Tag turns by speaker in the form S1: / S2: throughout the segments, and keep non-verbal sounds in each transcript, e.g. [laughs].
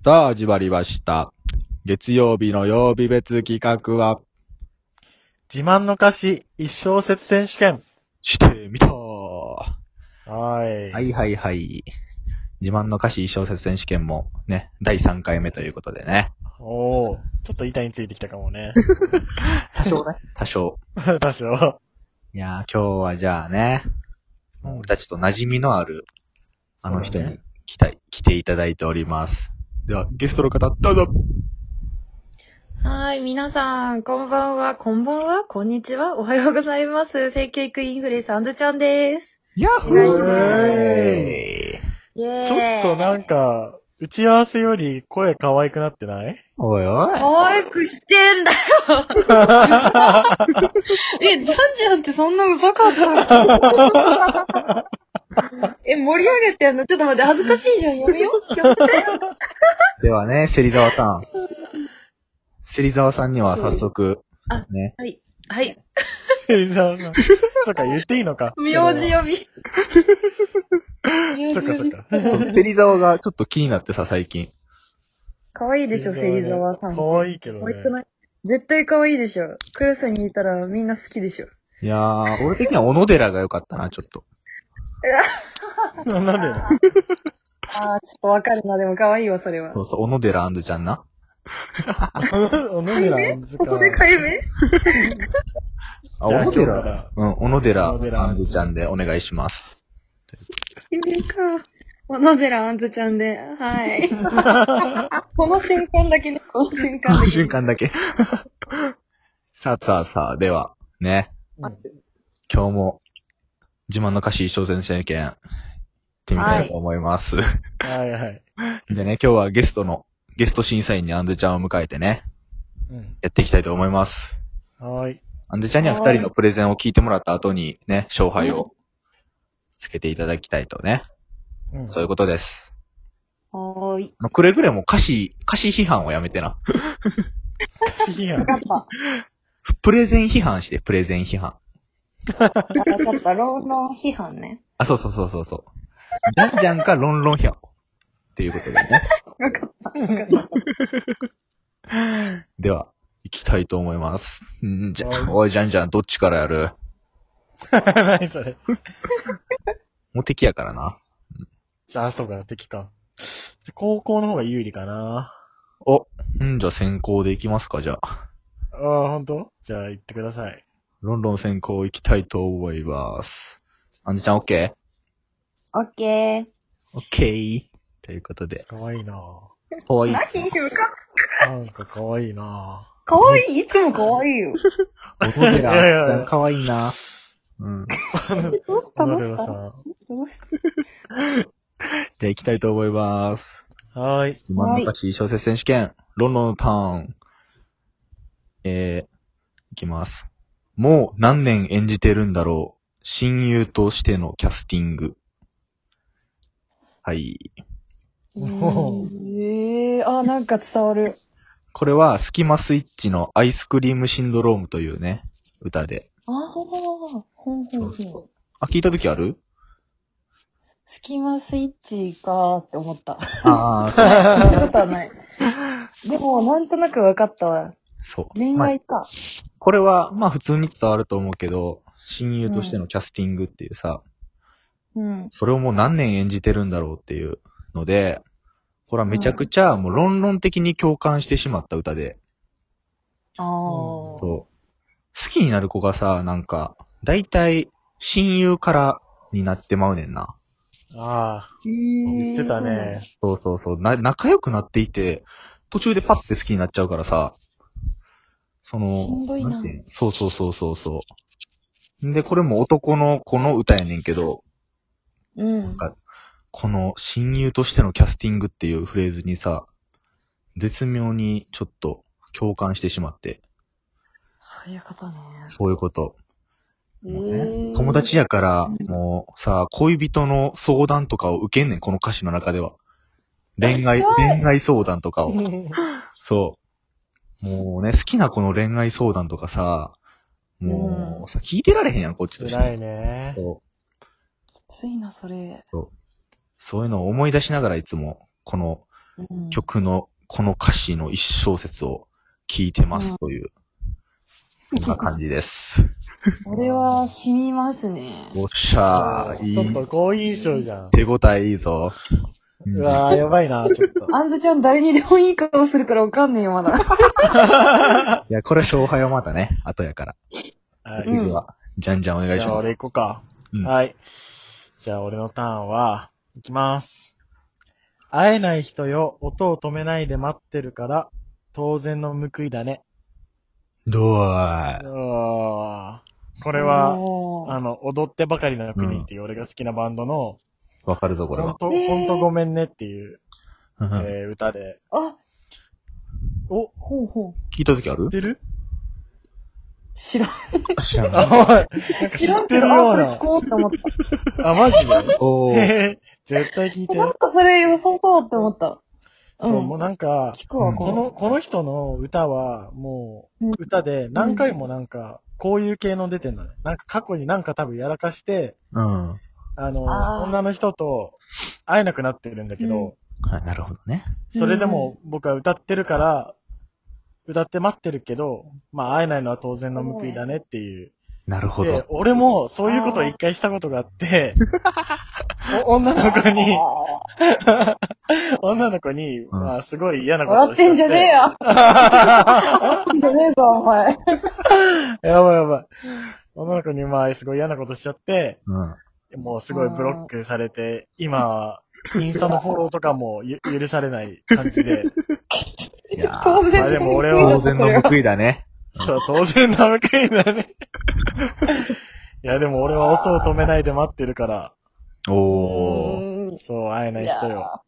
S1: さあ、始まりました。月曜日の曜日別企画は、
S2: 自慢の歌詞一小節選手権。
S1: してみたは
S2: はい。
S1: いはいはい。自慢の歌詞小説選手権もね、第3回目ということでね。
S2: おーちょっと板についてきたかもね。 [laughs]
S1: 多少ね。 [laughs] 多少。
S2: 多少。
S1: いやー、今日はじゃあね、もう俺たちと馴染みのある、あの人
S2: そうだ
S1: に
S2: ね
S1: 来た、来ていただいております。では、ゲストの方、どうぞ
S3: はーい、皆さん、こんばんは、こんばんは、こんにちは、おはようございます。性教育インフレサンズちゃんです。
S1: ヤッ
S3: ホーお願いしますイェーイ。
S2: ちょっとなんか、打ち合わせより声可愛くなってない
S1: おいおい。
S3: 可愛くしてんだよ。
S2: [laughs]
S3: え、ジャンジャンってそんなうざかったのえ、盛り上げてんのちょっと待って、恥ずかしいじゃん。やめよう。やめて。
S1: ではね、芹沢さん。芹沢さんには早速
S3: あ、
S1: ね、
S3: はい。はい。
S2: 芹沢
S1: [laughs]
S2: さん。そうか、言っていいのか。
S3: 名字呼び。
S2: [laughs]
S3: 名
S2: そっ
S3: 字
S2: か
S3: 呼
S2: そっ
S3: び。
S2: か。
S1: 芹沢がちょっと気になってさ、最近。
S3: 可愛いでしょ、芹沢さん。可
S2: 可愛いけどね
S3: 愛。くない絶対可愛いでしょ。クラスにいたらみんな好きでしょ。
S1: いやー、俺的には小野寺が良かったな、ちょっと。
S2: なんでだ
S3: ああ、ちょっとわかるな。でも可愛いわ、それは
S1: そ。うそう、小野寺アンドちゃんな。
S2: おのでらんずか。
S3: ここで解明
S1: あ、
S2: じ
S1: 小
S2: ゃあ
S1: 野
S2: 今日か
S1: 寺。
S2: ら
S1: うん、小野寺
S2: 小野寺
S1: アンドちゃんでお願いします。
S3: 解明か。小野寺あんずちゃんで、 [laughs] はい。この瞬間だけね、この瞬
S1: こ
S3: 間だ
S1: の
S3: [laughs] け。
S1: 瞬間だけ。 [laughs] さあさあさあ、では、ね、今日も、自慢の歌詞挑戦選手権、行ってみたいと思います。
S2: はいはい。
S1: [laughs] じゃあね、今日はゲストの、ゲスト審査員にアンドちゃんを迎えてね、
S2: うん。
S1: やっていきたいと思います。
S2: はーい。
S1: アンドちゃんには二人のプレゼンを聞いてもらった後にね、勝敗をつけていただきたいとね。
S2: うん
S1: そういうことです。
S3: はーい。
S1: あのくれぐれも歌詞、歌詞批判をやめてな。
S2: 不思議やん。
S3: わかった。
S1: プレゼン批判して、プレゼン批判。
S3: わかった。老論批判ね。
S1: あ、そうそうそうそうそう。ジャンジャンかロンロン批判。っていうことでね。
S3: わかった。
S1: では、行きたいと思います。うんじゃ
S2: はい、
S1: おい、ジャンジャン、どっちからやる
S2: [laughs] 何それ。
S1: もう敵やからな。
S2: じゃあ、そうか、敵か。じゃあ高校の方が有利かな。
S1: お、うん、じゃあ先行で行きますか、じゃあ。
S2: ああ、ほんとじゃあ、行ってください。
S1: ロンロン先行行きたいと思います。アンジちゃん、オッケー
S3: オッケー。
S1: オッケー。ということで、
S2: かわいいなぁ。
S1: かわいい。
S3: 何言うか
S2: なんかかわいいな
S3: かわいいいつもかわいいよ。
S1: 小野
S2: いやいやい
S1: 寺、
S2: や
S1: かわいいな。うん。じ
S2: ぁ。
S3: どうしたどうしたど
S2: は
S3: うした
S1: ゃあ行きたいと思います。
S2: ーい。
S1: 自慢の歌詞小説選手権、ロンロンのターン。えー、いきます。もう何年演じてるんだろう。親友としてのキャスティング。はい。
S2: お
S3: ええー、あ、なんか伝わる。
S1: これは、スキマスイッチのアイスクリームシンドロームというね、歌で。
S3: あー、ほんほんほん
S1: そうそあ、聞いた時ある
S3: スキマスイッチかーって思った。
S2: [laughs]
S1: ああ、
S3: 聞いたことはない。でも、なんとなく分かったわ。
S1: そう。
S3: 恋
S1: まあ
S3: 愛か。
S1: これは、まあ普通に伝わると思うけど、親友としてのキャスティングっていうさ、
S3: うん。
S1: それをもう何年演じてるんだろうっていうので、これはめちゃくちゃもう論論的に共感してしまった歌で、
S3: あ
S2: うん
S1: そう。
S3: あ。
S1: 好きになる子がさ、なんか、大体親友からになってまうねんな。
S2: ああ、
S3: へえ
S2: 言ってたね。。
S1: そうそうそう。な、仲良くなっていて、途中でパッて好きになっちゃうからさ、その、
S3: しんどいなん
S1: ていうのそうそうそうそうそう。んで、これも男の子の歌やねんけど、
S3: そうなん
S1: かこの親友としてのキャスティングっていうフレーズにさ、絶妙にちょっと共感してしまって、
S3: だ。うん。そういうことね。
S1: そういうこと。もう
S3: へ
S1: ね、
S3: ー
S1: 友達やから、もうさ、恋人の相談とかを受けんねん、この歌詞の中では。恋愛、恋愛相談とかを。そう。もうね、好きな子の恋愛相談とかさ、も
S3: う
S1: うさ、聞いてられへんやん、こっちとして
S2: 辛いね。
S1: そう
S3: きついな、それ。
S1: そういうのを思い出しながらいつも、この
S3: うん
S1: 曲の、この歌詞の一小節を聴いてますという、そんな感じです。
S3: これは染みますね。
S1: おっしゃー、い
S2: ちょっと
S1: い、
S2: 好印象じゃん。
S1: 手応えいいぞ。
S2: うわー、やばいな、ちょっと。
S3: あんずちゃん誰にでもいい顔するからわかんねえよ、まだ。
S1: いや、これ勝敗はまたね、後やから。
S2: は
S3: うん
S2: い。
S1: 次は、じゃんじゃんお願い
S2: じ
S1: し
S2: ゃあ、
S1: ます。
S2: 俺行こうか。
S1: うん
S2: はい。じゃあ、俺のターンは、行きます。会えない人よ、音を止めないで待ってるから、当然の報いだね。
S1: どう
S2: う
S1: あ
S2: わーこ
S3: こ
S2: れは、
S3: は、
S2: あの、踊ってばかりな国っていう俺が好きなバンドの、
S1: わかるぞ、これ
S2: ほん
S1: は。
S2: と、
S3: えー
S2: ほんとごめんねっていう、
S1: うんうん
S2: えー歌で。
S3: あ、
S2: お、
S3: ほうほう。
S1: 聞いた時ある
S2: 知ってる
S3: 知らん。
S1: 知ら
S2: [laughs]
S1: ない。
S2: あ、おいなんか
S3: 知
S2: 知
S3: らん
S2: って
S3: け
S2: る
S3: ど、
S2: よ
S3: あ、
S2: う
S3: こ
S2: な。
S3: れ聞こうって思っ
S2: [laughs] あ、マジで
S1: [laughs] おー。
S2: へへ [laughs] 絶対聞い
S3: た。
S2: て。
S3: なんかそれ良さそうって思った。
S2: そう、もうなんか、
S3: 聞くわ、
S2: こ
S3: この。
S2: の、この人の歌は、も
S3: うん
S2: う、歌で何回もなんか、こういう系の出てんのね。なんか過去になんか多分やらかして、
S1: うん。は
S2: あの、
S3: あー
S2: 女の人と会えなくなってるんだけど、
S1: い、なるほどね。
S2: それでも僕は歌ってるから、歌って待ってるけど、まあ会えないのは当然の報いだねっていう。
S1: なるほ
S2: で
S1: ど、。
S2: 俺もそういうことを一回したことがあ
S3: [laughs]
S2: って、お女の子に、
S3: あ
S2: 女の子に、
S1: ん
S2: まあすごい嫌な
S3: ー
S2: こと
S3: 笑
S2: をし
S3: っ
S2: ちゃ
S3: て
S2: っ
S3: んじゃねえよ。笑ってんじゃねえぞ、お前。
S2: やばいやばい。女の子にまあ、すごい嫌なことしちゃって、
S1: うん。
S2: もうすごいブロックされて、今は、インスタのフォローとかもゆ許されない感じで、
S1: いやー
S3: 当然
S2: まあでも俺は
S1: 当然の報いだね。
S2: そう、当然なわけだ
S3: [laughs]
S2: ね。いや、でも俺は音を止めないで待ってるから、
S1: おー。
S3: ー。
S2: そう、会えない人よ。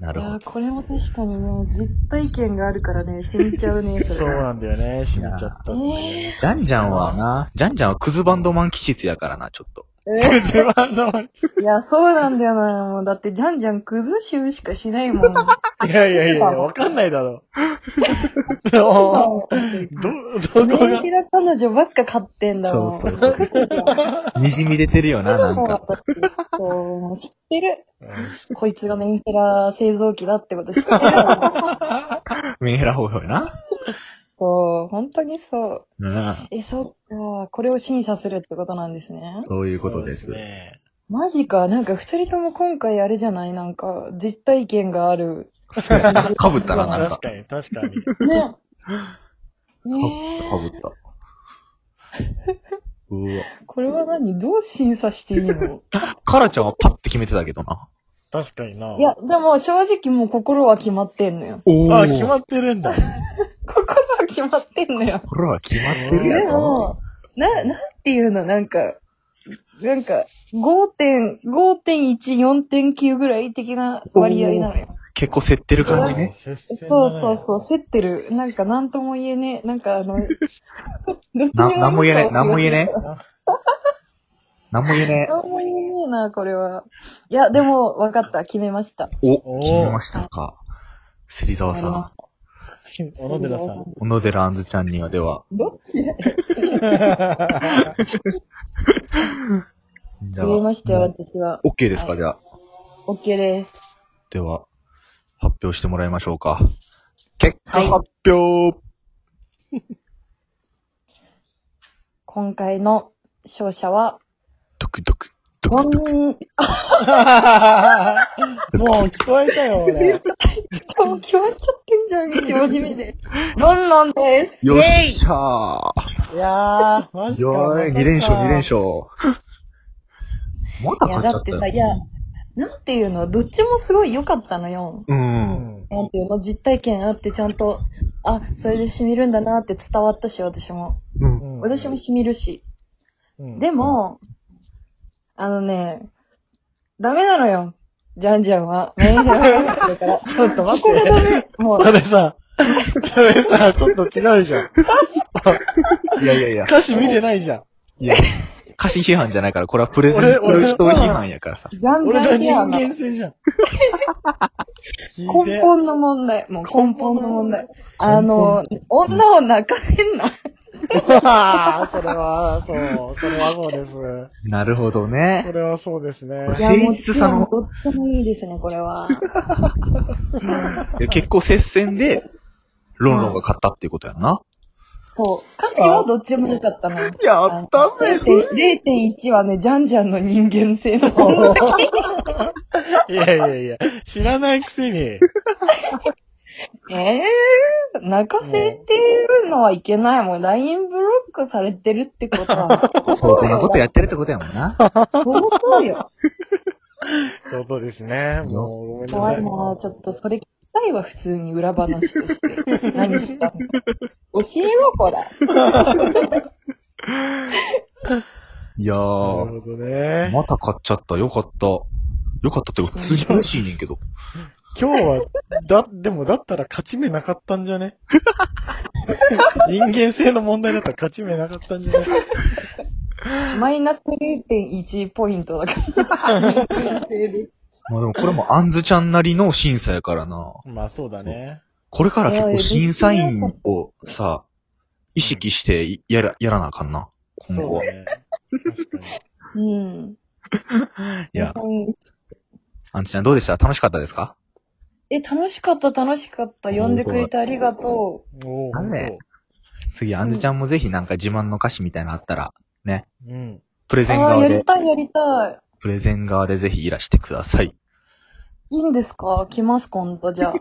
S1: ないる
S3: や
S1: ほ
S3: ーこれも確かにね、実体験があるからね、染みちゃうね、そ
S2: そう
S3: れ。
S2: なんだよね、閉めちゃったんだよね。
S1: ど。ジャンジャンはな、ジャンジャンはクズバンドマン気質やからな、ちょっと。
S3: え
S2: 自慢の、
S3: いや、そうなんだよな。もう、だって、じゃんじゃん崩しゅうしかしないもん。
S2: いやいやいや、わかんないだ
S3: [laughs]
S2: ろ。でもど、どこ
S3: メン
S2: が
S3: ヘ、ラ彼女ばっか買ってんだもん。
S1: そうそう滲み出てるよな、なんか。
S3: そう、もう知ってる。
S2: うん
S3: こいつがメンヘラ製造機だってこと知ってる。
S1: メンヘラ方法やな。
S3: そう、本当にそう。
S1: うん。
S3: え、そっか、これを審査するってことなんですね。
S1: そういうことです。
S2: そうね。
S3: マジか、なんか二人とも今回あれじゃないなんか、実体験がある。
S1: そうやなかぶったな、なんか
S2: 確。かに、確かに。
S3: ね。
S1: かぶ
S3: ねえ。
S1: った。うわ。
S3: これは何どう審査していいの
S1: カラちゃんはパッて決めてたけどな。
S2: 確かにな。
S3: いや、でも正直もう心は決まってんのよ。 [laughs]
S1: お
S2: あ、決ま
S1: っ
S2: ってるんだ。
S3: 心は決まってんのよ。
S1: これは決まってるや
S3: で
S1: ろ。
S3: も、な、なんていうのなんか、なんか、5.5.1、4.9ぐらい的な割合なのよ。
S1: 結構競ってる感じね。
S2: 接
S3: そ
S2: 戦
S3: う
S2: だね。
S3: そうそう、競ってる。なんか、なんとも言えねえ。なんか、
S1: [laughs]
S3: あの、どっち
S1: な、なんも言えねえ、なんも言えね
S3: え。
S1: え。なんも言えねえ。
S3: なんも言えねえな、これは。いや、でも、わかった。決めました。
S1: お、
S2: おー
S1: 決めましたか。芹沢さん、
S2: 小野寺さん。
S1: 小野寺あんずちゃんにはでは、
S3: どっちだよ
S1: じゃあ、
S3: 決めましたよ、
S1: も
S3: 私は。
S1: う OK ですか、
S3: はい
S1: じゃあ。
S3: OK です。
S1: では、発表してもらいましょうか。結果
S3: はい
S1: 発表、
S3: 今回の勝者は、
S1: ドクドク、ド
S3: ボ
S1: クドク。[laughs]
S3: ン、
S2: もう聞こえたよ、俺。
S3: しかも決まっちゃってんじゃん、一文字目で。ボンロンです。
S1: よっ
S3: イェイ
S1: しゃ
S2: いやー、マ
S1: ー
S2: ジか。
S1: よーい、
S2: またさ
S1: 2連勝、2連。勝。また
S3: いや、
S1: 勝っち
S3: だ
S1: ゃ
S3: っ
S1: ってた
S3: さ、い
S1: よ。
S3: や、なんていうの、どっちもすごい良かったのよ。
S1: う。
S2: うんん。
S3: なんていうの、実体験あってちゃんと、あ、それで染みるんだなって伝わったし、私も。
S1: うん。
S2: うん
S3: 私も、染みるし。
S2: うん
S3: で、も、あのね、ダメなのよ。じゃんじゃんは。メンヘラだから。ちょっと待って。ここがダメ。もう、
S2: それさ、それさ、ちょっと違うじゃん。
S1: いやいやいや。
S2: 歌詞見てないじゃん。
S1: いや、歌詞批判じゃないから、これはプレゼント
S2: 俺
S1: 人批判やからさ。
S3: じゃんじ
S2: 俺
S3: ゃ
S2: の
S3: んヘ
S2: 人
S3: アの
S2: 間性じゃん。聞いて
S3: 根本の問題。もう根本の問題。あの、女を泣かせんな。
S2: わあ、それは、 [laughs] そう、それはそうです。そ
S1: なるほどね。
S2: [laughs] れはそうですね。
S1: いや誠実さの
S4: もちろんどっちもいいですね、これは。
S1: いや結構接戦で、ロンロンが勝ったっていうことやんな。
S3: そう。歌詞はどっちも良かったの。
S1: や
S3: 0.1 0.1はね、ジャンジャンの人間性の方を。
S2: いやいやいや、知らないくせに。
S3: [laughs] ええー、泣かせてるのはいけないもん。LINE ブロックされてるってことは。
S1: 相当なことやってるってことやもんな。
S3: 相当よ。
S2: そうことですね。もう、ごめんな
S3: 怖
S2: さ
S3: い
S2: い。
S3: なぁちょっとそれ聞きたいわ、普通に裏話と [laughs] して。何したの教えろ、これ。
S1: いや
S2: な
S1: ー、
S2: るほどね。
S1: また買っちゃった。よかった。よかったってこと、普通に嬉しいねんけど。
S2: 今日は、だ、でもだったら勝ち目なかったんじゃね人間性の問題だったら勝ち目なかったんじゃね
S3: マイナス0.1ポイントだ [laughs] から。人間性で
S1: [laughs] まあでもこれもあんずちゃんなりの審査やからな。
S2: まあそうだね。
S1: これから結構審査員をさ、意識していやら、やらなあかんな。今後
S2: そう
S1: は。い
S2: ね。確かに。
S3: うん。
S1: や、
S3: うん
S1: あんずちゃんどうでした楽しかったですか
S3: え、楽しかった、楽しかった。呼んでくれてありがと
S2: おお。
S1: なんで次、あんずちゃんもぜひなんか自慢の歌詞みたいなのあったら、
S2: うん。
S1: プレ
S3: う。
S1: ゼン
S3: ああー、
S1: 側
S3: やり
S1: で、
S3: たい、やりた
S1: プレゼン側でぜひいらしてください。
S3: い。いいんですか来ます、今度、じゃ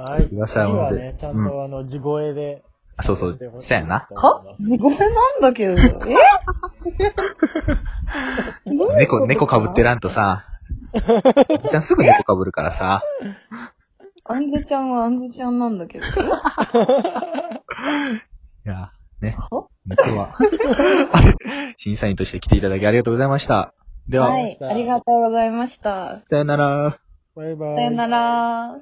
S3: あ。
S1: [laughs]
S2: はい。
S1: くだ
S2: 次
S1: さい
S2: は
S1: ほん
S2: ね、ちゃんとあの、地声で。
S1: あそうそう
S2: 参加し
S1: そう
S2: て
S1: やな
S2: ほ
S3: か
S2: しい
S3: 地声なん
S1: [laughs]
S3: だけど。え
S1: 猫、猫かぶって
S3: る。
S1: らんと [laughs] さ、あんずちゃんすぐ猫かぶるからさ、
S3: あんずちゃんはあんずちゃんなんだけど。
S1: いや、ね
S3: お。
S1: 今日 [laughs] は、あれ [laughs] 審査員として来ていただきありがとうございました。では、
S3: はい、ありがとうございました。
S1: さよなら。
S2: バイバイ。
S3: さよなら。